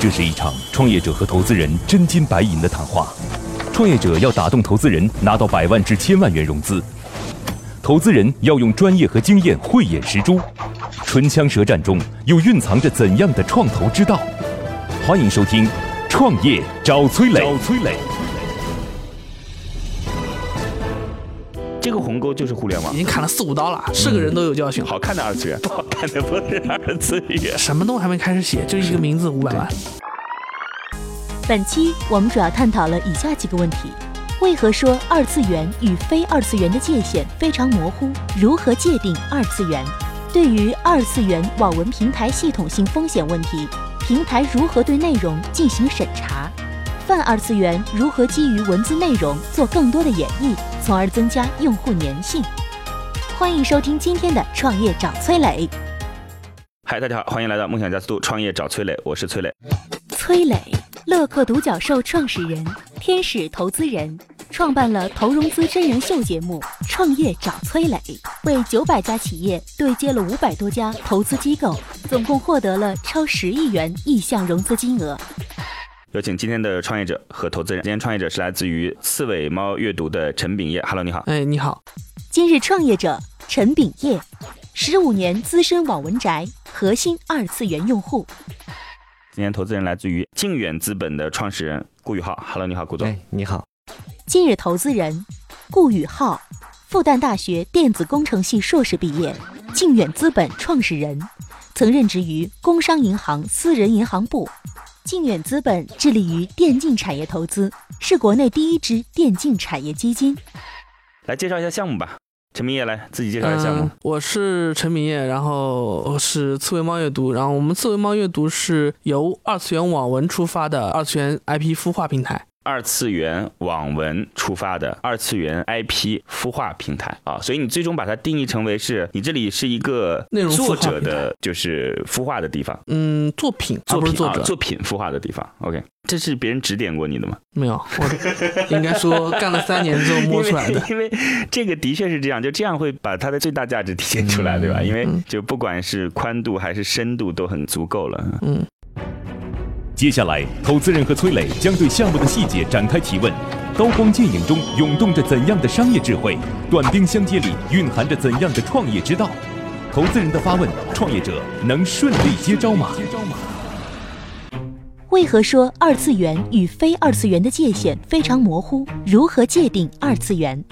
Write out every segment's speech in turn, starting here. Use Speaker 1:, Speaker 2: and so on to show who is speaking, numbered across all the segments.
Speaker 1: 这是一场创业者和投资人真金白银的谈话。创业者要打动投资人，拿到百万至千万元融资；投资人要用专业和经验慧眼识珠。唇枪舌战中，又蕴藏着怎样的创投之道？欢迎收听《创业找崔磊》。
Speaker 2: 找崔磊。这个鸿沟就是互联网
Speaker 3: 已，经砍了四五刀了，是个人都有教训。
Speaker 2: 好看的二次元，不好看的不是二次元。
Speaker 3: 什么都还没开始写，就一个 名字五百万。
Speaker 4: 本期我们主要探讨了以下几个问题：为何说二次元与非二次元的界限非常模糊？如何界定二次元？对于二次元网文平台系统性风险问题，平台如何对内容进行审查？泛二次元如何基于文字内容做更多的演绎，从而增加用户粘性？欢迎收听今天的《创业找崔磊》，
Speaker 2: 嗨，大家好，欢迎来到梦想加速度创业找崔磊，我是崔磊。
Speaker 4: 崔磊，乐客独角兽创始人，天使投资人，创办了投融资真人秀节目《创业找崔磊》，为九百家企业对接了五百多家投资机构，总共获得了超十亿元意向融资金额。
Speaker 2: 有请今天的创业者和投资人。今天创业者是来自于刺猬猫阅读的陈炳业。Hello，你好。
Speaker 3: 哎，你好，
Speaker 4: 今日创业者陈炳业，十五年资深网文宅，核心二次元用户。
Speaker 2: 今天投资人来自于靖远资本的创始人顾宇浩。Hello，你好，顾总。
Speaker 5: 哎，你好，
Speaker 4: 今日投资人顾宇浩，复旦大学电子工程系硕士毕业，靖远资本创始人，曾任职于工商银行私人银行部。靖远资本致力于电竞产业投资，是国内第一支电竞产业基金。
Speaker 2: 来介绍一下项目吧。陈炳业来自己介绍一
Speaker 3: 嗯，
Speaker 2: 下项目。
Speaker 3: 我是陈明业，然后我是刺猬猫阅读，然后我们刺猬猫阅读是由二次元网文出发的二次元 IP 孵化平台。
Speaker 2: 二次元网文出发的二次元 IP 孵化平台啊，所以你最终把它定义成为是你这里是一个
Speaker 3: 内容孵
Speaker 2: 作
Speaker 3: 化
Speaker 2: 者的，就是孵化的地方，
Speaker 3: 嗯，作品，而
Speaker 2: 作
Speaker 3: 不
Speaker 2: 品
Speaker 3: 是作
Speaker 2: 啊
Speaker 3: 者，
Speaker 2: 作品孵化的地方。OK，这是别人指点过你 的吗？
Speaker 3: 没有，我应该说干了三年之后摸出来 的。
Speaker 2: 因为，因为这个的确是这样，就这样会把它的最大价值体现出来，对
Speaker 3: 嗯
Speaker 2: 吧？因为就不管是宽度还是深度都很足够了。
Speaker 3: 嗯，
Speaker 1: 接下来，投资人和崔磊将对项目的细节展开提问。刀光剑影中涌动着怎样的商业智慧？短兵相接里蕴含着怎样的创业之道？投资人的发问，创业者能顺利接招吗？
Speaker 4: 为何说二次元与非二次元的界限非常模糊？如何界定二次元？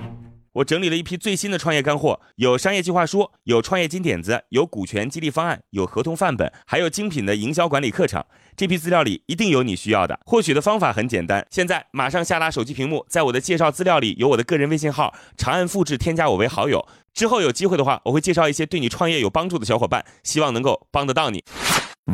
Speaker 6: 我整理了一批最新的创业干货，有商业计划书，有创业金点子，有股权激励方案，有合同范本，还有精品的营销管理课程。这批资料里一定有你需要的。获取的方法很简单，现在马上下拉手机屏幕，在我的介绍资料里有我的个人微信号，长按复制添加我为好友。之后有机会的话，我会介绍一些对你创业有帮助的小伙伴，希望能够帮得到你。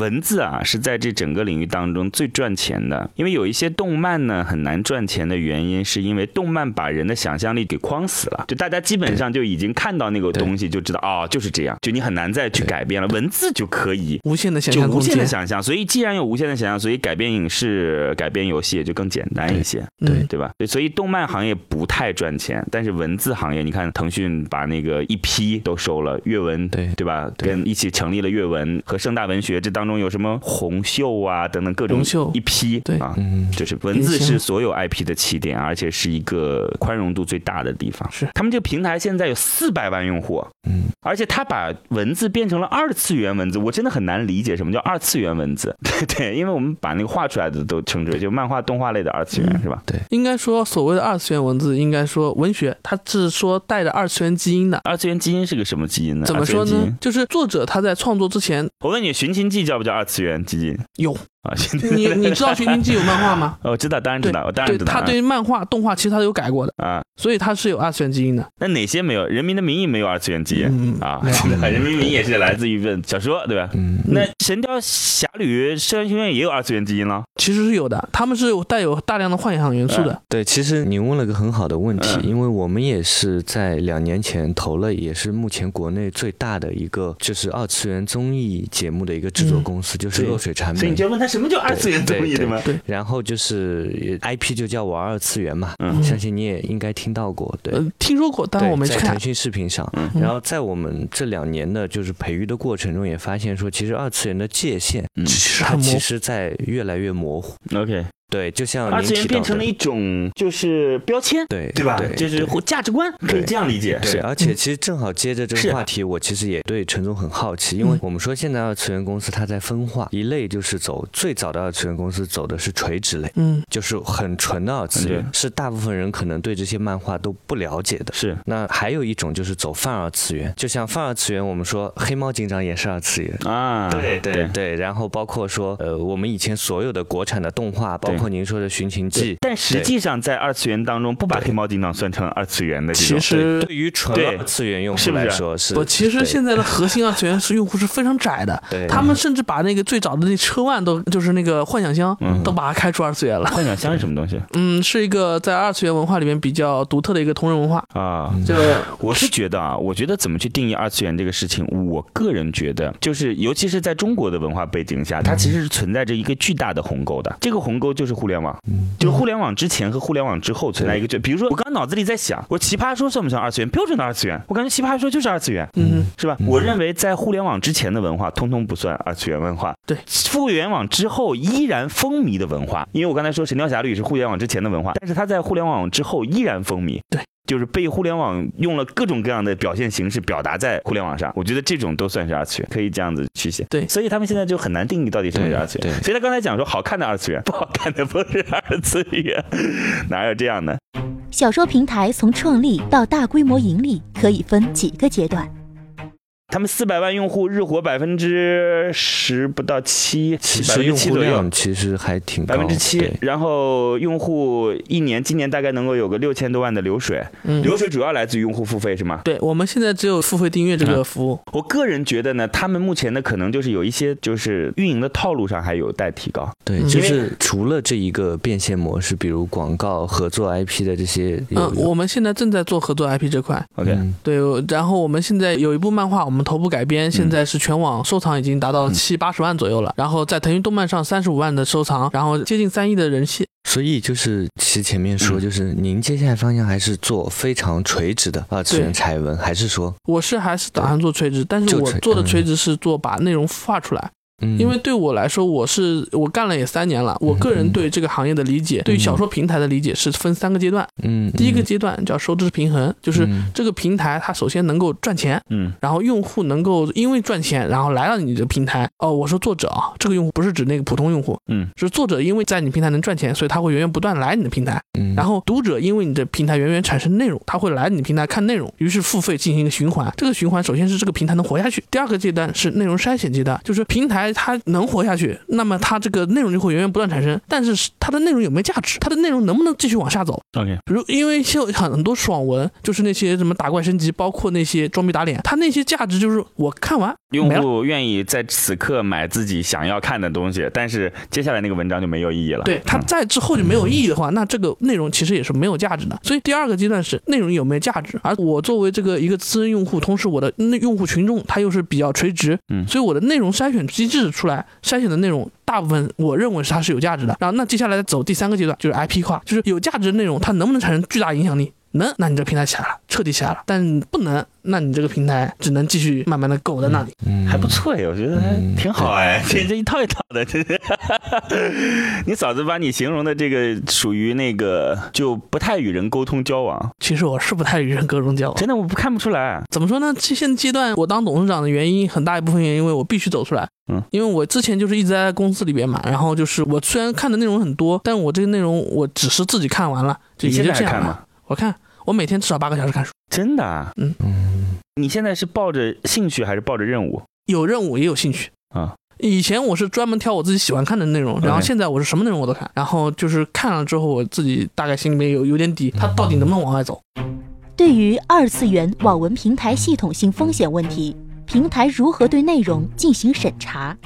Speaker 2: 文字啊，是在这整个领域当中最赚钱的，因为有一些动漫呢很难赚钱的原因，是因为动漫把人的想象力给框死了，就大家基本上就已经看到那个东西，就知道哦就是这样，就你很难再去改变了，文字就可以。
Speaker 3: 无限的想
Speaker 2: 就
Speaker 3: 象
Speaker 2: 无
Speaker 3: 空
Speaker 2: 限的
Speaker 3: 间。
Speaker 2: 想象，所以既然有无限的想象，所以改编影视、改编游戏也就更简单一些，
Speaker 3: 嗯，
Speaker 2: 对吧？对，所以动漫行业不太赚钱，但是文字行业，你看腾讯把那个一批都收了，阅文
Speaker 5: 对
Speaker 2: 对吧？
Speaker 5: 对
Speaker 2: 跟一起成立了阅文和盛大文学，这当中有什么红袖啊等等各种
Speaker 3: 红袖
Speaker 2: 一批
Speaker 3: 对
Speaker 2: 啊。
Speaker 5: 嗯，
Speaker 2: 就是文字
Speaker 3: 明
Speaker 2: 是
Speaker 3: 星
Speaker 2: 所有 IP 的起点，而且是一个宽容度最大的地方。
Speaker 3: 是
Speaker 2: 他们这个平台现在有四百万用户，
Speaker 5: 嗯，
Speaker 2: 而且他把文字变成了二次元文字，我真的很难理解什么叫二次元文字。 对对，因为我们把那个画出来的都称之为就漫画、动画类的二次元，
Speaker 3: 嗯
Speaker 2: 是吧？
Speaker 3: 应该说所谓的二次元文字，应该说文学，它是说带着二次元基因的。
Speaker 2: 二次元基因是个什么基因呢？
Speaker 3: 怎么说
Speaker 2: 二次元基因
Speaker 3: 呢？？就是作者他在创作之前
Speaker 2: 我问你，《寻秦记》叫不叫二次元基因
Speaker 3: 有
Speaker 2: 啊？寻
Speaker 3: 你你知道《寻秦记》有漫 画吗？
Speaker 2: 哦我知道，当然知
Speaker 3: 对
Speaker 2: 道，我当然
Speaker 3: 对，
Speaker 2: 知道。
Speaker 3: 他对漫画、动画其实他都有改过的，
Speaker 2: 啊，
Speaker 3: 所以他是有二次元基因的。
Speaker 2: 那哪些没有？《人民的名义》没有二次元基因、
Speaker 3: 嗯
Speaker 2: 啊？
Speaker 3: 没有
Speaker 2: 是 的人民的名义》也是来自于本小说，对吧？
Speaker 5: 嗯，
Speaker 2: 那《神雕侠侣》《射雕英雄传》也有二次元基因了，
Speaker 3: 其实是有的，他们是有带有大量的幻想元素的。
Speaker 5: 对，其实你问了个很好的问题，
Speaker 2: 嗯
Speaker 5: 因为我们也是在两年前投了，也是目前国内
Speaker 3: 嗯
Speaker 5: 最大的一个就是二次元综艺节目的一个制作公司，就是
Speaker 2: 对
Speaker 5: 落水传媒。
Speaker 2: 问他什么叫二次元综艺对吗？
Speaker 3: 对
Speaker 5: 然后就是呃 IP 就叫我二次元嘛，
Speaker 2: 嗯
Speaker 5: 相信你也应该听到过，对。
Speaker 3: 呃，听说过，但
Speaker 5: 对
Speaker 3: 我没去
Speaker 5: 在
Speaker 3: 看
Speaker 5: 腾。讯视频上，
Speaker 2: 嗯
Speaker 5: 然后在我们这两年的就是培育的过程中，也发现说，其实二次元的界限，
Speaker 2: 嗯
Speaker 5: 它
Speaker 3: 很模
Speaker 5: 其
Speaker 3: 糊
Speaker 5: 实在越来越模糊。
Speaker 2: OK，
Speaker 5: 对，就像
Speaker 2: 二
Speaker 5: 您
Speaker 2: 次元
Speaker 5: 提到
Speaker 2: 变成了
Speaker 5: 的
Speaker 2: 一种就是标签，
Speaker 5: 对
Speaker 2: 对吧？
Speaker 5: 对
Speaker 2: 就是
Speaker 5: 对
Speaker 2: 或价值观，可以
Speaker 5: 对
Speaker 2: 这样理解。
Speaker 5: 对，而且其实正好接着
Speaker 2: 嗯
Speaker 5: 这
Speaker 2: 是
Speaker 5: 个话题，我其实也对陈总很好奇，因为
Speaker 3: 嗯
Speaker 5: 我们说现在二次元公司它在分化，一类就是走最早的二次元公司走的是垂直类，
Speaker 3: 嗯，
Speaker 5: 就是很纯的二次元
Speaker 2: 嗯，
Speaker 5: 是大部分人可能对这些漫画都不了解的。
Speaker 2: 是
Speaker 5: 那还有一种就是走泛二次元，就像泛二次元，我们说黑猫警长也是二次元。
Speaker 2: 啊，
Speaker 5: 对对对，然后包括说，呃，我们以前所有的国产的动画，包
Speaker 2: 对
Speaker 5: 括您说的《寻秦记》，
Speaker 2: 但实际上，在二次元当中，不把黑猫警长算成二次元的这
Speaker 3: 其
Speaker 2: 种。
Speaker 3: 实
Speaker 5: 对于纯
Speaker 2: 对
Speaker 5: 二次元用
Speaker 2: 是
Speaker 5: 户
Speaker 2: 不是
Speaker 5: 来说是，
Speaker 3: 我其实
Speaker 5: 对
Speaker 3: 现在的核心二次元是用户是非常窄的，
Speaker 5: 对
Speaker 3: 他们甚至把那个最早的那车腕都就是那个幻想箱
Speaker 2: 嗯
Speaker 3: 都把它开出二次元了。
Speaker 2: 幻想箱是什么东西
Speaker 3: 嗯，是一个在二次元文化里面比较独特的一个同人文化。
Speaker 2: 啊？
Speaker 3: 就
Speaker 2: 我是觉得啊，我觉得怎么去定义二次元这个事情，我个人觉得，就是尤其是在中国的文化背景下，
Speaker 3: 嗯
Speaker 2: 它其实是存在着一个巨大的鸿沟的。这个鸿沟就是互联网，
Speaker 3: 嗯
Speaker 2: 就是互联网之前和互联网之后存在一个巨，比如说我刚脑子里在想，我奇葩说算不算二次元？标准的二次元，我感觉奇葩说就是二次元，
Speaker 3: 嗯，
Speaker 2: 是吧？我认为在互联网之前的文化，通通不算二次元文化。
Speaker 3: 对
Speaker 2: 互联网之后依然风靡的文化，因为我刚才说《神雕侠侣》是互联网之前的文化，但是它在互联网之后依然风靡。
Speaker 3: 对。
Speaker 2: 就是被互联网用了各种各样的表现形式表达在互联网上，我觉得这种都算是二次元，可以这样子去写。
Speaker 3: 对
Speaker 2: 所以他们现在就很难定义到底什么是
Speaker 5: 对
Speaker 2: 二次元。
Speaker 5: 对
Speaker 2: 所以他刚才讲说好看的二次元， 不好看的不是二次元， 哪有这样的？
Speaker 4: 小说平台从创立到大规模盈利可以分几个阶段。
Speaker 2: 他们四百万用户日活百分之十不到七，
Speaker 5: 其
Speaker 2: 百分
Speaker 5: 实
Speaker 2: 之
Speaker 5: 用
Speaker 2: 七
Speaker 5: 户
Speaker 2: 左右。
Speaker 5: 量其实还挺高，
Speaker 2: 百分之七
Speaker 5: 对，
Speaker 2: 然后用户一年今年大概能够有个六千多万的流水，
Speaker 3: 嗯
Speaker 2: 流水主要来自于用户付费是吗？
Speaker 3: 对，我们现在只有付费订阅
Speaker 2: 嗯
Speaker 3: 这个服务。
Speaker 2: 我个人觉得呢，他们目前的可能就是有一些就是运营的套路上还有待提高。
Speaker 5: 对，
Speaker 3: 嗯
Speaker 5: 就
Speaker 2: 因为
Speaker 5: 是除了这一个变现模式，比如广告合作 IP 的这些有，
Speaker 3: 嗯，我们现在正在做合作 IP 这块，
Speaker 2: OK，、
Speaker 5: 嗯
Speaker 3: 对，然后我们现在有一部漫画，我们头部改编，现在是全网收藏已经达到
Speaker 5: 嗯
Speaker 3: 七八十万左右了，然后在腾讯动漫上三十五万的收藏，然后接近三亿的人气。
Speaker 5: 所以就是其实前面
Speaker 2: 嗯
Speaker 5: 说，就是您接下来方向还是做非常垂直的二次
Speaker 3: 对
Speaker 5: 元柴文，还是说，
Speaker 3: 我是还是打算做垂直，但是
Speaker 5: 就
Speaker 3: 我
Speaker 5: 垂
Speaker 3: 做的
Speaker 5: 嗯
Speaker 3: 垂直是做把内容孵化出来，
Speaker 5: 嗯，
Speaker 3: 因为对我来说，我是我干了也三年了，我个
Speaker 5: 嗯
Speaker 3: 人对这个行业的理解，对于小说平台的理解是分三个阶段，
Speaker 5: 嗯，
Speaker 3: 第一个
Speaker 5: 嗯
Speaker 3: 阶段叫收支平衡，就是
Speaker 5: 嗯
Speaker 3: 这个平台它首先能够赚钱，
Speaker 2: 嗯，
Speaker 3: 然后用户能够因为赚钱，然后来到你的平台。哦，我说作者啊，这个用户不是指那个普通用户，
Speaker 2: 嗯，
Speaker 3: 是作者因为在你平台能赚钱，所以他会源源不断来你的平台。
Speaker 5: 嗯
Speaker 3: 然后读者因为你的平台源源产生内容，他会来你平台看内容，于是付费进行一个循环。这个循环首先是这个平台能活下去，第二个阶段是内容筛选阶段，就是平台它能活下去，那么它这个内容就会源源不断产生，但是它的内容有没有价值，它的内容能不能继续往下走？
Speaker 2: OK，
Speaker 3: 如因为现在很很多爽文，就是那些什么打怪升级，包括那些装逼打脸，它那些价值就是我看完
Speaker 2: 用
Speaker 3: 没了。
Speaker 2: 户愿意在此刻买自己想要看的东西，但是接下来那个文章就没有意义了。
Speaker 3: 对它
Speaker 2: 嗯
Speaker 3: 在之后就没有意义的话，那这个内容其实也是没有价值的。所以第二个阶段是内容有没有价值，而我作为这个一个资深用户，同时我的那用户群众他又是比较垂直，
Speaker 2: 嗯
Speaker 3: 所以我的内容筛选机制出来筛选的内容，大部分我认为是它是有价值的。然后那接下来走第三个阶段就是 IP 化，就是有价值的内容它能不能产生巨大影响力？能，那你这个平台起来了，彻底起来了；但不能，那你这个平台只能继续慢慢的苟在那里。
Speaker 5: 嗯
Speaker 2: 还不错哎，我觉得还
Speaker 3: 嗯
Speaker 2: 挺好哎， 这这一套一套的，这是。你嫂子把你形容的这个属于那个就不太与人沟通交往，
Speaker 3: 其实我是不太与人隔中交往，
Speaker 2: 真的我不看不出来。啊
Speaker 3: 怎么说呢？这现阶段我当董事长的原因，很大一部分原因，因为我必须走出来。
Speaker 2: 嗯，
Speaker 3: 因为我之前就是一直在公司里边嘛，然后就是我虽然看的内容很多，但我这个内容我只是自己看完了，就
Speaker 2: 你
Speaker 3: 也
Speaker 2: 现
Speaker 3: 就
Speaker 2: 在还
Speaker 3: 这样
Speaker 2: 看
Speaker 3: 了
Speaker 2: 吗？
Speaker 3: 我看我每天至少八个小时看书，
Speaker 2: 真的、啊？
Speaker 5: 嗯
Speaker 2: 你现在是抱着兴趣还是抱着任务？
Speaker 3: 有任务也有兴趣
Speaker 2: 啊。
Speaker 3: 以前我是专门挑我自己喜欢看的内容，然后
Speaker 2: OK
Speaker 3: 现在我是什么内容我都看，然后就是看了之后我自己大概心里面有有点底，它到底能不能往外走？
Speaker 4: 对于二次元网文平台系统性风险问题，平台如何对内容进行审查？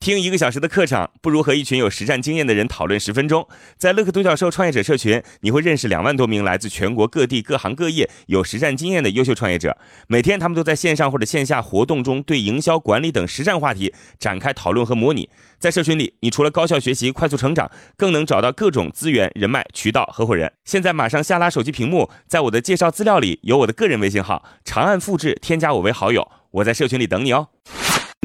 Speaker 6: 听一个小时的课程，不如和一群有实战经验的人讨论十分钟。在乐克独角兽创业者社群，你会认识两万多名来自全国各地各行各业有实战经验的优秀创业者。每天，他们都在线上或者线下活动中对营销管理等实战话题展开讨论和模拟。在社群里，你除了高效学习、快速成长，更能找到各种资源、人脉、渠道、合伙人。现在马上下拉手机屏幕，在我的介绍资料里有我的个人微信号，长按复制，添加我为好友。我在社群里等你哦。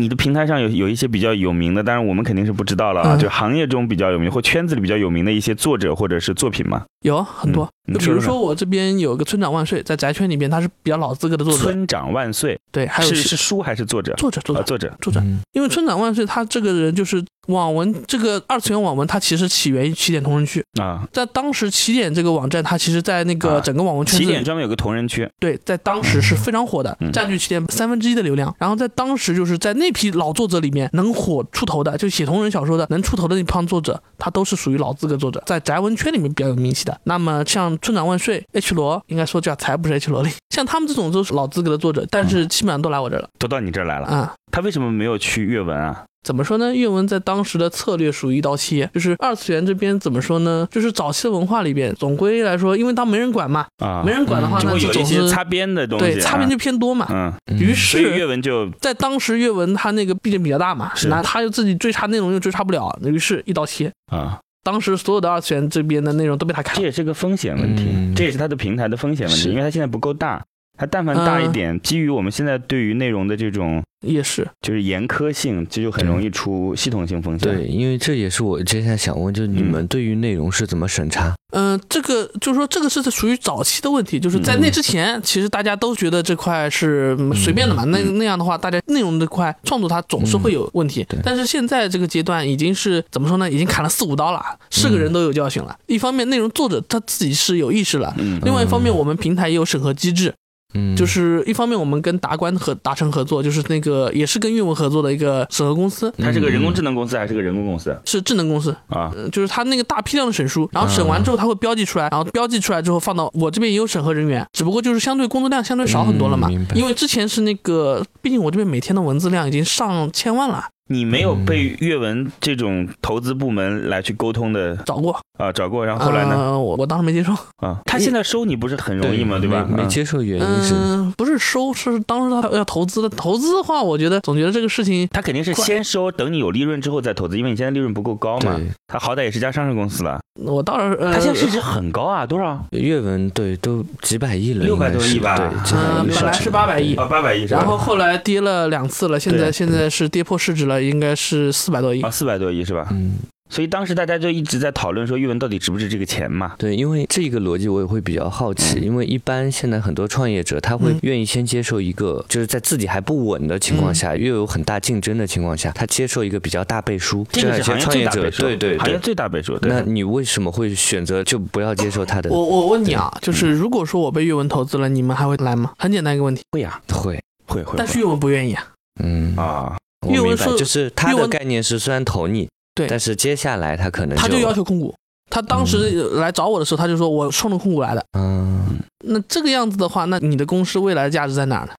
Speaker 2: 你的平台上有有一些比较有名的，当然我们肯定是不知道了啊，
Speaker 3: 嗯
Speaker 2: 就行业中比较有名或圈子里比较有名的一些作者或者是作品嘛。
Speaker 3: 有啊很多，
Speaker 2: 嗯
Speaker 3: 就
Speaker 2: 你
Speaker 3: 比
Speaker 2: 说
Speaker 3: 如
Speaker 2: 说
Speaker 3: 说我这边有个村长万岁，在宅圈里边他是比较老资格的作者，
Speaker 2: 村长万岁
Speaker 3: 对，还有
Speaker 2: 是是书还是作者？
Speaker 3: 作者作
Speaker 2: 啊，
Speaker 3: 者
Speaker 2: 作者。
Speaker 3: 作者，
Speaker 5: 嗯
Speaker 3: 因为村长万岁他这个人就是网文这个二次元网文，它其实起源于起点同人区，
Speaker 2: 啊，
Speaker 3: 在当时起点这个网站，它其实在那
Speaker 2: 啊
Speaker 3: 个整个网文圈
Speaker 2: 起
Speaker 3: 子里
Speaker 2: 点专门有个同人区，
Speaker 3: 对，在当时是非常火的
Speaker 2: 嗯，
Speaker 3: 占据起点三分之一的流量。然后在当时就是在那批老作者里面能火出头的，就写同人小说的能出头的那帮作者，他都是属于老资格作者，在宅文圈里面比较有名气的。那么像村长万岁、H 罗，应该说叫才不是 H 罗里，像他们这种都是老资格的作者，但是基本上都来我这儿了
Speaker 2: 都到你这儿来嗯了。
Speaker 3: 啊。
Speaker 2: 他为什么没有去阅文啊？
Speaker 3: 怎么说呢？阅文在当时的策略属于一刀切，就是二次元这边怎么说呢？就是早期的文化里边，总归来说，因为当没人管嘛，
Speaker 2: 啊，
Speaker 3: 没人管的话，
Speaker 5: 嗯
Speaker 2: 就
Speaker 3: 那
Speaker 2: 会有
Speaker 3: 总
Speaker 2: 一
Speaker 3: 是
Speaker 2: 些擦边的东西啊，
Speaker 3: 对擦边就偏多嘛。
Speaker 2: 嗯，
Speaker 3: 于
Speaker 2: 所以阅
Speaker 3: 是，
Speaker 2: 文就
Speaker 3: 在当时阅文他那个毕竟比较大嘛
Speaker 2: 是，
Speaker 3: 那他又自己追查内容又追查不了，于是一刀切。
Speaker 2: 啊，
Speaker 3: 当时所有的二次元这边的内容都被他砍
Speaker 2: 这
Speaker 3: 了。
Speaker 2: 也是个风险问题
Speaker 5: 嗯，
Speaker 2: 这也是他的平台的风险问题，
Speaker 5: 是
Speaker 2: 因为他现在不够大，他但凡大一
Speaker 3: 嗯
Speaker 2: 点，基于我们现在对于内容的这种
Speaker 3: 也是，
Speaker 2: 就是严苛性，这就很容易出系统性风险。
Speaker 5: 对，，因为这也是我接下来想问，就是你
Speaker 2: 嗯
Speaker 5: 们对于内容是怎么审查？
Speaker 3: 嗯、这个就是说，这个是属于早期的问题，就是在那之前，其实大家都觉得这块是嗯随便的嘛。那那样的话，大家内容这块创作它总是会有问题。
Speaker 5: 对
Speaker 3: 但是现在这个阶段已经是怎么说呢？已经砍了四五刀了，是个人都有教训了。一方面，内容作者他自己是有意识了。
Speaker 2: 嗯，
Speaker 3: 另外一方面，我们平台也有审核机制，
Speaker 5: 嗯，
Speaker 3: 就是一方面我们跟达观和达成合作，就是那个也是跟阅文合作的一个审核公司，
Speaker 2: 它是个人工智能公司还是个人工公司
Speaker 3: 是智能公司，
Speaker 2: 啊？
Speaker 5: 嗯
Speaker 3: 呃就是他那个大批量的审书，然后审完之后他会标记出
Speaker 2: 嗯
Speaker 3: 来，然后标记出来之后放到我这边也有审核人员，只不过就是相对工作量相对少很多了嘛
Speaker 5: 嗯明白，
Speaker 3: 因为之前是那个，毕竟我这边每天的文字量已经上千万了，
Speaker 2: 你没有被阅文这种投资部门来去沟通的
Speaker 3: 找过，
Speaker 2: 啊找过，然后后来呢
Speaker 3: 呃我我当时没接受，
Speaker 2: 啊？他现在收你不是很容易吗？
Speaker 5: 嗯对
Speaker 2: 对吧？
Speaker 5: 没
Speaker 2: 啊
Speaker 5: 没接受原因是，
Speaker 3: 嗯，不是收，是当时他要投资的，投资的话，我觉得总觉得这个事情
Speaker 2: 他肯定是
Speaker 3: 怪
Speaker 2: 先收，等你有利润之后再投资，因为你现在利润不够高嘛。
Speaker 5: 对，
Speaker 2: 他好歹也是家上市公司了，
Speaker 3: 我倒是呃，
Speaker 2: 他现在市值很高啊，多少？
Speaker 5: 阅文对都几百亿了，
Speaker 2: 600
Speaker 5: 应该
Speaker 2: 多
Speaker 5: 是
Speaker 2: 亿吧啊
Speaker 5: 对，几百
Speaker 3: 嗯，
Speaker 5: 亿
Speaker 3: 本来
Speaker 5: 市值
Speaker 3: 是八百亿，，
Speaker 2: 八百亿
Speaker 3: 然后后来跌了两次了，现
Speaker 2: 对啊
Speaker 3: 在现在是跌破市值了，应该是四百多亿
Speaker 2: 啊，。四百多亿是吧？
Speaker 5: 嗯，
Speaker 2: 所以当时大家就一直在讨论说，阅文到底值不值这个钱嘛？
Speaker 5: 对，因为这个逻辑我也会比较好
Speaker 2: 嗯
Speaker 5: 奇，因为一般现在很多创业者他会
Speaker 3: 嗯
Speaker 5: 愿意先接受一
Speaker 2: 嗯
Speaker 5: 个，就是在自己还不稳的情况下，又有很大竞争的情况下，他接受一个比较大背书，
Speaker 2: 这个
Speaker 5: 样一
Speaker 2: 是
Speaker 5: 些
Speaker 2: 行业
Speaker 5: 创
Speaker 2: 最
Speaker 5: 业
Speaker 2: 大
Speaker 5: 者
Speaker 2: 倍数，
Speaker 5: 对对
Speaker 2: 行业
Speaker 5: 对。
Speaker 2: 最大倍数。对
Speaker 5: 那你为什么会选择就不要接受他的？
Speaker 2: 哦
Speaker 3: 我我问你啊，就是如果说我被阅文投资了，你们还会来吗？很简单一个问题，
Speaker 2: 会呀，
Speaker 5: 会，
Speaker 2: 会会
Speaker 3: 但是阅文不愿意啊。
Speaker 5: 嗯，
Speaker 2: 啊，
Speaker 3: 因
Speaker 5: 我
Speaker 3: 为我
Speaker 5: 明白，
Speaker 3: 说
Speaker 5: 就是他
Speaker 3: 因为
Speaker 5: 的
Speaker 3: 我
Speaker 5: 概念是虽然投你，
Speaker 3: 对
Speaker 5: 但是接下来他可能
Speaker 3: 他就要求控股。他当时
Speaker 2: 嗯
Speaker 3: 来找我的时候，他就说我冲着控股来的。
Speaker 5: 嗯，
Speaker 3: 那这个样子的话，那你的公司未来的价值在哪儿呢？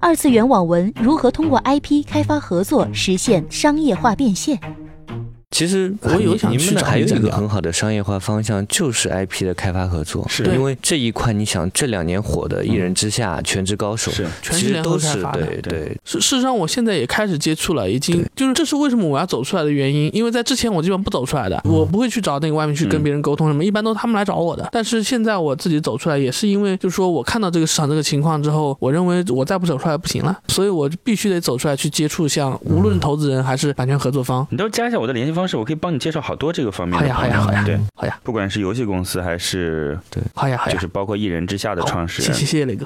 Speaker 4: 二次元网文如何通过 IP 开发合作实现商业化变现？
Speaker 5: 其实
Speaker 3: 我有想
Speaker 5: 你
Speaker 3: 去
Speaker 5: 们的
Speaker 3: 找
Speaker 5: 还有
Speaker 3: 你
Speaker 5: 一个
Speaker 3: 聊
Speaker 5: 很好的商业化方向，就是 IP 的开发合作，
Speaker 2: 是
Speaker 3: 对
Speaker 5: 因为这一块，你想这两年火的《一人之下》全职高手》
Speaker 2: 是
Speaker 3: 全嗯
Speaker 5: 其
Speaker 3: 是
Speaker 5: 实
Speaker 3: 联合
Speaker 5: 都
Speaker 3: 开
Speaker 5: 是
Speaker 3: 发的。
Speaker 5: 对
Speaker 2: 对
Speaker 5: 对，
Speaker 3: 事事实上，我现在也开始接触了，已经就是这是为什么我要走出来的原因，因为在之前我基本不走出来的，
Speaker 2: 嗯
Speaker 3: 我不会去找那个外面去跟别人沟通什么，一般都是他们来找我的。但是现在我自己走出来，也是因为就是说我看到这个市场这个情况之后，我认为我再不走出来不行了，所以我必须得走出来去接触像无
Speaker 2: 嗯
Speaker 3: 论投资人还是版权合作方。
Speaker 2: 你都加一下我的联系方式，我可以帮你介绍好多这个方面
Speaker 3: 好
Speaker 2: 的
Speaker 3: 呀好
Speaker 2: 朋友。
Speaker 3: 呀好呀
Speaker 2: 对，
Speaker 3: 好呀
Speaker 2: 不管是游戏公司还是
Speaker 3: 好呀好
Speaker 2: 就
Speaker 3: 呀，
Speaker 2: 是包括一人之下的
Speaker 3: 好
Speaker 2: 创始
Speaker 3: 谢
Speaker 2: 人
Speaker 3: 谢，谢谢磊哥。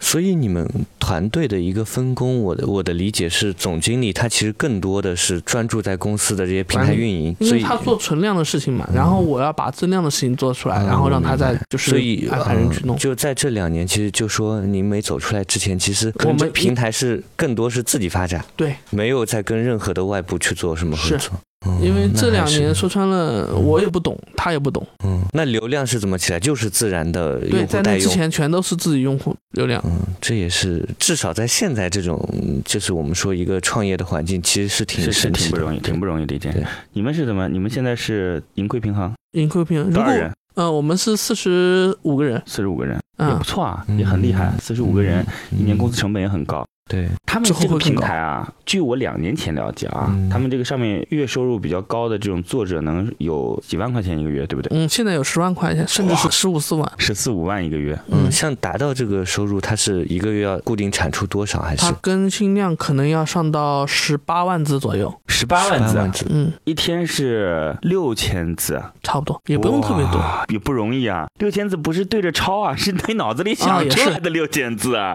Speaker 5: 所以你们团队的一个分工，我的我的理解是，总经理他其实更多的是专注在公司的这些平台
Speaker 3: 管理
Speaker 5: 运营，
Speaker 3: 因
Speaker 5: 所
Speaker 3: 为
Speaker 5: 以嗯
Speaker 3: 他做存量的事情嘛，然后我要把增量的事情做出来，然后让他再就是
Speaker 5: 所以
Speaker 3: 安排人去弄
Speaker 5: 嗯。就在这两年，其实就说您没走出来之前，其实
Speaker 3: 我们
Speaker 5: 可能这平台是更多是自己发展，
Speaker 3: 对，
Speaker 5: 没有再跟任何的外部去做什么合
Speaker 3: 是
Speaker 5: 作。嗯
Speaker 3: 因为这两
Speaker 5: 那还
Speaker 3: 年
Speaker 5: 是
Speaker 3: 说穿了，我也不懂，他也不懂。
Speaker 5: 嗯，那流量是怎么起来？就是自然的
Speaker 3: 对，
Speaker 5: 用
Speaker 3: 在那
Speaker 5: 户带
Speaker 3: 之
Speaker 5: 用，嗯
Speaker 3: 前全都是自己用户流量。
Speaker 5: 这也是至少在现在这种嗯就是我们说一个创业的环境，其实是挺
Speaker 2: 是是
Speaker 5: 神
Speaker 2: 挺
Speaker 5: 奇
Speaker 2: 不
Speaker 5: 的。
Speaker 2: 容易，挺不容易的一件
Speaker 5: 对。
Speaker 2: 你们是怎么？你们现在是盈亏平衡
Speaker 3: 盈亏平衡，如
Speaker 2: 多
Speaker 3: 果
Speaker 2: 少人？
Speaker 3: 呃我们是四十五个人，
Speaker 2: 四十五个人，也
Speaker 3: 嗯
Speaker 2: 不，错啊，
Speaker 5: 嗯
Speaker 2: 也很厉害。四十五个人，
Speaker 5: 嗯
Speaker 2: 一年工资成本也很高。
Speaker 5: 对，
Speaker 2: 他们
Speaker 3: 之后
Speaker 2: 这个
Speaker 3: 会更
Speaker 2: 平
Speaker 3: 高
Speaker 2: 台啊，据我两年前了解啊，
Speaker 5: 嗯
Speaker 2: 他们这个上面月收入比较高的这种作者能有几万块钱一个月，对不对？
Speaker 3: 嗯，现在有十万块钱，甚至是十五四万。
Speaker 2: 十四五万一个月，
Speaker 5: 嗯，像达到这个收入，它是一个月要固定产出多少？还
Speaker 3: 它
Speaker 5: 是
Speaker 3: 更新量可能要上到十八万字左右，
Speaker 2: 十八
Speaker 5: 18
Speaker 2: 万字啊，
Speaker 5: 字？
Speaker 3: 嗯，
Speaker 2: 一天是六千字，啊
Speaker 3: 差不多，也不用特别多。
Speaker 2: 哇，也不容易啊。六千字不是对着抄啊，是你脑子里
Speaker 3: 啊
Speaker 2: 想
Speaker 3: 也
Speaker 2: 出
Speaker 3: 是
Speaker 2: 来的六千字啊。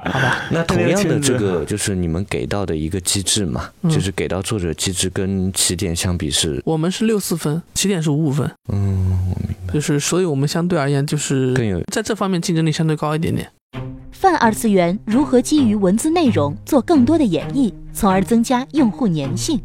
Speaker 5: 那同样
Speaker 2: 6000
Speaker 5: 的，
Speaker 2: 字啊
Speaker 5: 这个就是你们给到的一个机制嘛，
Speaker 3: 嗯
Speaker 5: 就是给到作者机制跟起点相比是，
Speaker 3: 我们是六四分，起点是五五分，
Speaker 5: 嗯，
Speaker 3: 就是所以我们相对而言就是
Speaker 5: 更有
Speaker 3: 在这方面竞争力相对高一点点。
Speaker 4: 泛二次元如何基于文字内容做更多的演绎，从而增加用户粘性？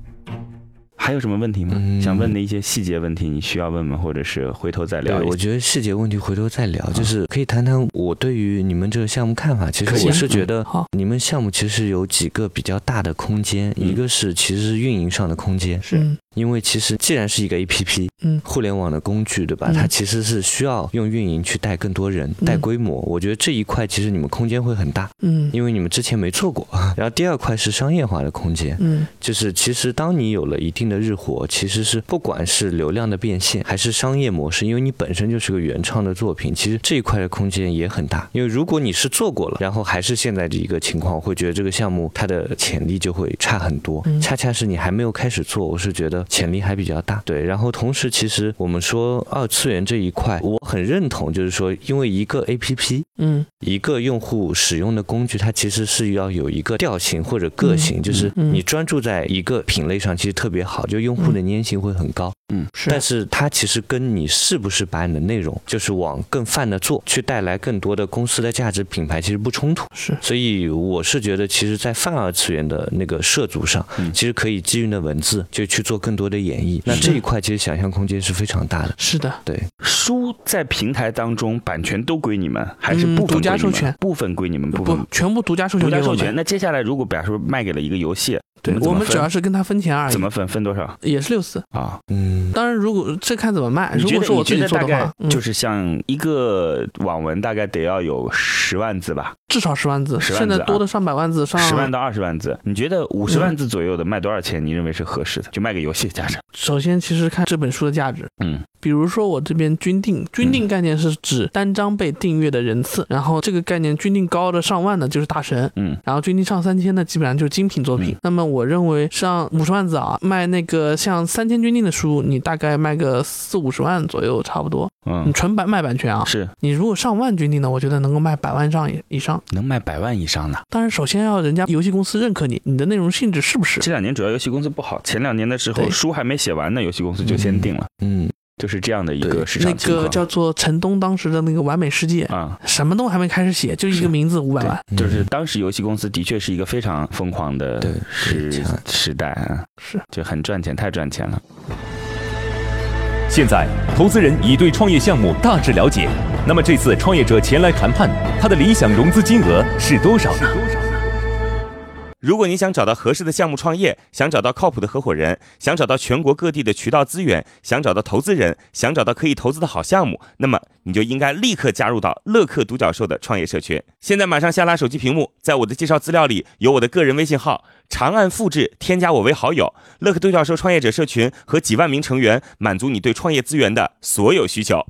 Speaker 2: 还有什么问题吗？
Speaker 5: 嗯
Speaker 2: 想问的一些细节问题，你需要问吗？或者是回头再聊
Speaker 5: 对，
Speaker 2: 一嗯
Speaker 5: 我
Speaker 2: 下？
Speaker 5: 觉得细节问题回头再聊，就是可以谈谈我对于你们这个项目看法。其
Speaker 2: 啊
Speaker 5: 实我
Speaker 3: 行嗯
Speaker 5: 是觉
Speaker 2: 嗯
Speaker 5: 得
Speaker 3: 好，
Speaker 5: 你们项目其实有几个比较大的空间，
Speaker 2: 嗯
Speaker 5: 一个是其实是运营上的空间，
Speaker 3: 嗯
Speaker 5: 因为其实既然是一个 APP，
Speaker 3: 嗯
Speaker 5: 互联网的工具，对吧？
Speaker 3: 嗯
Speaker 5: 它其实是需要用运营去带更多人、带
Speaker 3: 嗯
Speaker 5: 规模。我觉得这一块其实你们空间会很大，
Speaker 3: 嗯
Speaker 5: 因为你们之前没做过。 然后第二块是商业化的空间，
Speaker 3: 嗯
Speaker 5: 就是其实当你有了一定的日活，其实是不管是流量的变现还是商业模式，因为你本身就是个原创的作品，其实这一块的空间也很大。因为如果你是做过了，然后还是现在的一个情况，我会觉得这个项目它的潜力就会差很多。
Speaker 3: 嗯
Speaker 5: 恰恰是你还没有开始做，我是觉得潜力还比较大。对，然后同时其实我们说二次元这一块，我很认同，就是说因为一个 APP
Speaker 3: 嗯
Speaker 5: 一个用户使用的工具，它其实是要有一个调性或者个性，
Speaker 3: 嗯
Speaker 5: 就是
Speaker 3: 嗯
Speaker 5: 你专注在一个品类上，其实特别好，就用户的粘性会很高。
Speaker 3: 是
Speaker 5: 但是它其实跟你是不是把你的内容就是往更泛的做，去带来更多的公司的价值品牌，其实不冲突。
Speaker 3: 是
Speaker 5: 所以我是觉得，其实，在泛二次元的那个涉足上，
Speaker 2: 嗯
Speaker 5: 其实可以基于你的文字就去做更多的演绎。那
Speaker 3: 是
Speaker 5: 这一块其实想象空间是非常大的。
Speaker 3: 是的，
Speaker 5: 对，
Speaker 2: 书在平台当中版权都归你们，还是
Speaker 3: 嗯
Speaker 2: 部分
Speaker 3: 独家
Speaker 2: 归你们
Speaker 3: 授权
Speaker 2: 部分归你们，部
Speaker 3: 不
Speaker 2: 分
Speaker 3: 全部独家授权
Speaker 2: 独家
Speaker 3: 给我
Speaker 2: 授
Speaker 3: 们
Speaker 2: 权。，那接下来如果比方说卖给了一个游戏，
Speaker 3: 对
Speaker 2: 你们怎
Speaker 3: 我
Speaker 2: 么
Speaker 3: 们
Speaker 2: 分
Speaker 3: 主要是跟他分钱而已
Speaker 2: 怎，么分分多少
Speaker 3: 也是六四。
Speaker 2: 啊？
Speaker 5: 嗯，
Speaker 3: 当然，如果这看怎么卖，
Speaker 2: 你
Speaker 3: 哎如
Speaker 2: 觉
Speaker 3: 果
Speaker 2: 得
Speaker 3: 是
Speaker 2: 你
Speaker 3: 我自
Speaker 2: 觉
Speaker 3: 己
Speaker 2: 得
Speaker 3: 做
Speaker 2: 大
Speaker 3: 的
Speaker 2: 概
Speaker 3: 话，嗯
Speaker 2: 就是像一个网文大概得要有十万字吧，
Speaker 3: 至少十万
Speaker 2: 10
Speaker 3: 字，
Speaker 2: 万字啊
Speaker 3: 现在多的上百万字，上
Speaker 2: 十万到二十万字。你觉得五十万字左右的卖多少钱？你认为是合适的？就卖给游戏家长。
Speaker 3: 首先，其实看这本书的价值。
Speaker 2: 嗯，
Speaker 3: 比如说我这边均定，均定概念是指单章被订阅的人次，然后这个概念均定高的上万的就是大神，
Speaker 2: 嗯，
Speaker 3: 然后均定上三千的基本上就是精品作品。
Speaker 2: 嗯
Speaker 3: 那么我认为上五十万字啊，卖那个像三千均定的书，你大概卖个四五十万左右差不多。你
Speaker 2: 嗯，
Speaker 3: 纯版卖版权啊，
Speaker 2: 是
Speaker 3: 你如果上万均定的，我觉得能够卖百万上以以上。
Speaker 2: 能卖百万以上的。
Speaker 3: 当然，首先要人家游戏公司认可你，你的内容性质是不是？
Speaker 2: 这两年主要游戏公司不好，前两年的时候
Speaker 3: 对
Speaker 2: 书还没写完呢，游戏公司就先定了，
Speaker 5: 嗯，
Speaker 2: 就是这样的一
Speaker 5: 对
Speaker 2: 个市
Speaker 3: 那
Speaker 2: 场情况。
Speaker 3: 个叫做陈东当时的那个《完美世界》
Speaker 2: 啊、
Speaker 3: 什么都还没开始写，就一个名字五百万，
Speaker 5: 嗯
Speaker 2: 就是当时游戏公司的确是一个非常疯狂的
Speaker 5: 对
Speaker 2: 时
Speaker 5: 对这样
Speaker 2: 时代啊，
Speaker 3: 是
Speaker 2: 就很赚钱，太赚钱了。
Speaker 1: 现在，投资人已对创业项目大致了解。那么这次创业者前来谈判，他的理想融资金额是多少呢？
Speaker 6: 如果你想找到合适的项目创业，想找到靠谱的合伙人，想找到全国各地的渠道资源，想找到投资人，想找到可以投资的好项目，那么你就应该立刻加入到乐客独角兽的创业社群。现在马上下拉手机屏幕，在我的介绍资料里有我的个人微信号，长按复制，添加我为好友。乐客独角兽创业者社群和几万名成员，满足你对创业资源的所有需求。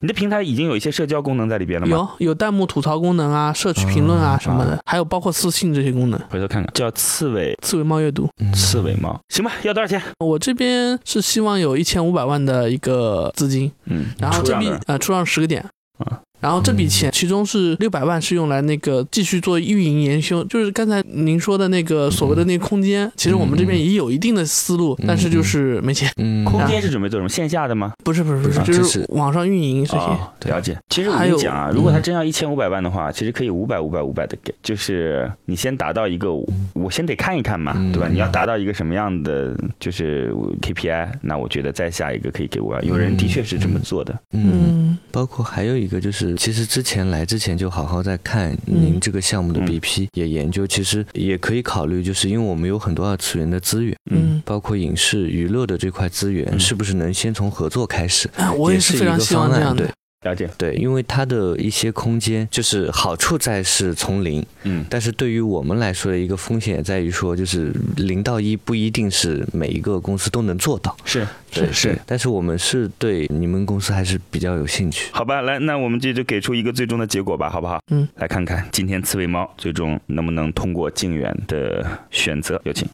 Speaker 2: 你的平台已经有一些社交功能在里边了吗？
Speaker 3: 有有弹幕吐槽功能啊、社区评论
Speaker 2: 嗯
Speaker 3: 啊什么的，还有包括私信这些功能。
Speaker 2: 回头看看，叫刺猬
Speaker 3: 刺猬猫阅读，
Speaker 5: 嗯
Speaker 2: 刺猬猫，行吧？要多少钱？
Speaker 3: 我这边是希望有一千五百万的一个资金，
Speaker 2: 嗯，
Speaker 3: 然后
Speaker 2: 出
Speaker 3: 这
Speaker 2: 让
Speaker 3: 笔
Speaker 2: 的
Speaker 3: 呃出让十个点
Speaker 2: 啊，
Speaker 3: 然后这
Speaker 5: 嗯
Speaker 3: 笔钱其中是六百万是用来那个继续做运营研修，就是刚才您说的那个所谓的那个空间，其实我们这边也有一定的思路，但是就是没钱，
Speaker 5: 嗯，
Speaker 2: 空间是准备做什么？线下的吗？
Speaker 3: 不是不是不是，
Speaker 5: 不
Speaker 3: 就是是网上运营这些。
Speaker 5: 啊
Speaker 2: 哦，了解。其实我
Speaker 3: 还
Speaker 2: 跟
Speaker 3: 有嗯
Speaker 2: 你讲啊，如果他真要一千五百万的话，其实可以五百、五百、五百的给，就是你先达到一个，
Speaker 3: 嗯
Speaker 2: 我先得看一看嘛，对吧？你要达到一个什么样的就是呃我 KPI，那我觉得再下一个可以给我。啊有人的确是这么做的，
Speaker 5: 嗯，
Speaker 3: 嗯
Speaker 5: 包括还有一个就是，其实之前来之前就好好在看
Speaker 3: 嗯
Speaker 5: 您这个项目的
Speaker 2: 嗯
Speaker 5: BP，、也研究，其实也可以考虑，就是因为我们有很多二次元的资源，
Speaker 3: 嗯，
Speaker 5: 包括影视娱乐的这块资源，
Speaker 2: 嗯
Speaker 5: 是不是能先从合作开始？
Speaker 3: 啊我
Speaker 5: 也
Speaker 3: 也
Speaker 5: 是
Speaker 3: 非常
Speaker 5: 一个
Speaker 3: 希望
Speaker 5: 方
Speaker 3: 这
Speaker 5: 案
Speaker 3: 样的
Speaker 5: 对。
Speaker 2: 了解。
Speaker 5: 对，因为它的一些空间就是好处在是从零，
Speaker 2: 嗯，
Speaker 5: 但是对于我们来说的一个风险也在于说，就是零到一不一定是每一个公司都能做到。
Speaker 2: 是
Speaker 5: 对
Speaker 2: 是是
Speaker 5: 对。但是我们是对你们公司还是比较有兴趣。
Speaker 2: 好吧，来，那我们这就给出一个最终的结果吧，好不好？
Speaker 3: 嗯，
Speaker 2: 来看看今天刺猬猫最终能不能通过静远的选择，有请。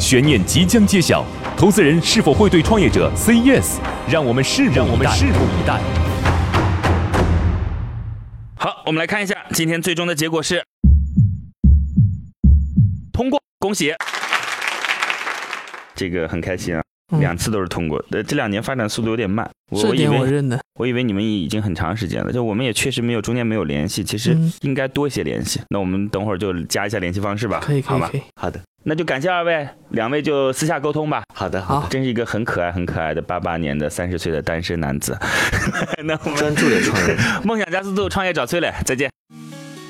Speaker 1: 悬念即将揭晓，投资人是否会对创业者 say yes？让我们拭目我们拭目以待。
Speaker 2: 好，我们来看一下今天最终的结果是通过，恭喜！这个很开心啊，
Speaker 3: 嗯
Speaker 2: 两次都是通过。呃，这两年发展速度有点慢，我
Speaker 3: 这
Speaker 2: 我以
Speaker 3: 点我
Speaker 2: 为
Speaker 3: 认的，
Speaker 2: 我以为你们已经很长时间了，就我们也确实没有中间没有联系，其实
Speaker 3: 嗯
Speaker 2: 应该多一些联系。那我们等会儿就加一下联系方式吧，
Speaker 3: 可以可
Speaker 2: 好
Speaker 3: 以
Speaker 2: 吧
Speaker 3: 可？以，
Speaker 5: 好的，
Speaker 2: 那就感谢二位，两位就私下沟通吧。
Speaker 5: 好的，
Speaker 3: 好
Speaker 5: 的，
Speaker 2: 真是一个很可爱、很可爱的八八年的三十岁的单身男子。 那我们
Speaker 5: 专注的创业者。
Speaker 2: 梦想加速度，创业找崔磊，再见。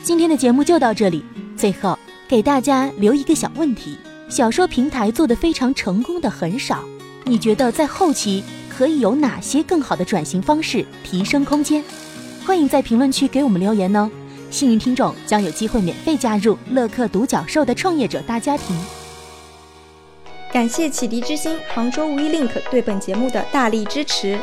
Speaker 4: 今天的节目就到这里。最后给大家留一个小问题：小说平台做的非常成功的很少，你觉得在后期可以有哪些更好的转型方式、提升空间？欢迎在评论区给我们留言哦。幸运听众将有机会免费加入乐客独角兽的创业者大家庭。
Speaker 7: 感谢启迪之星、杭州无一 link 对本节目的大力支持。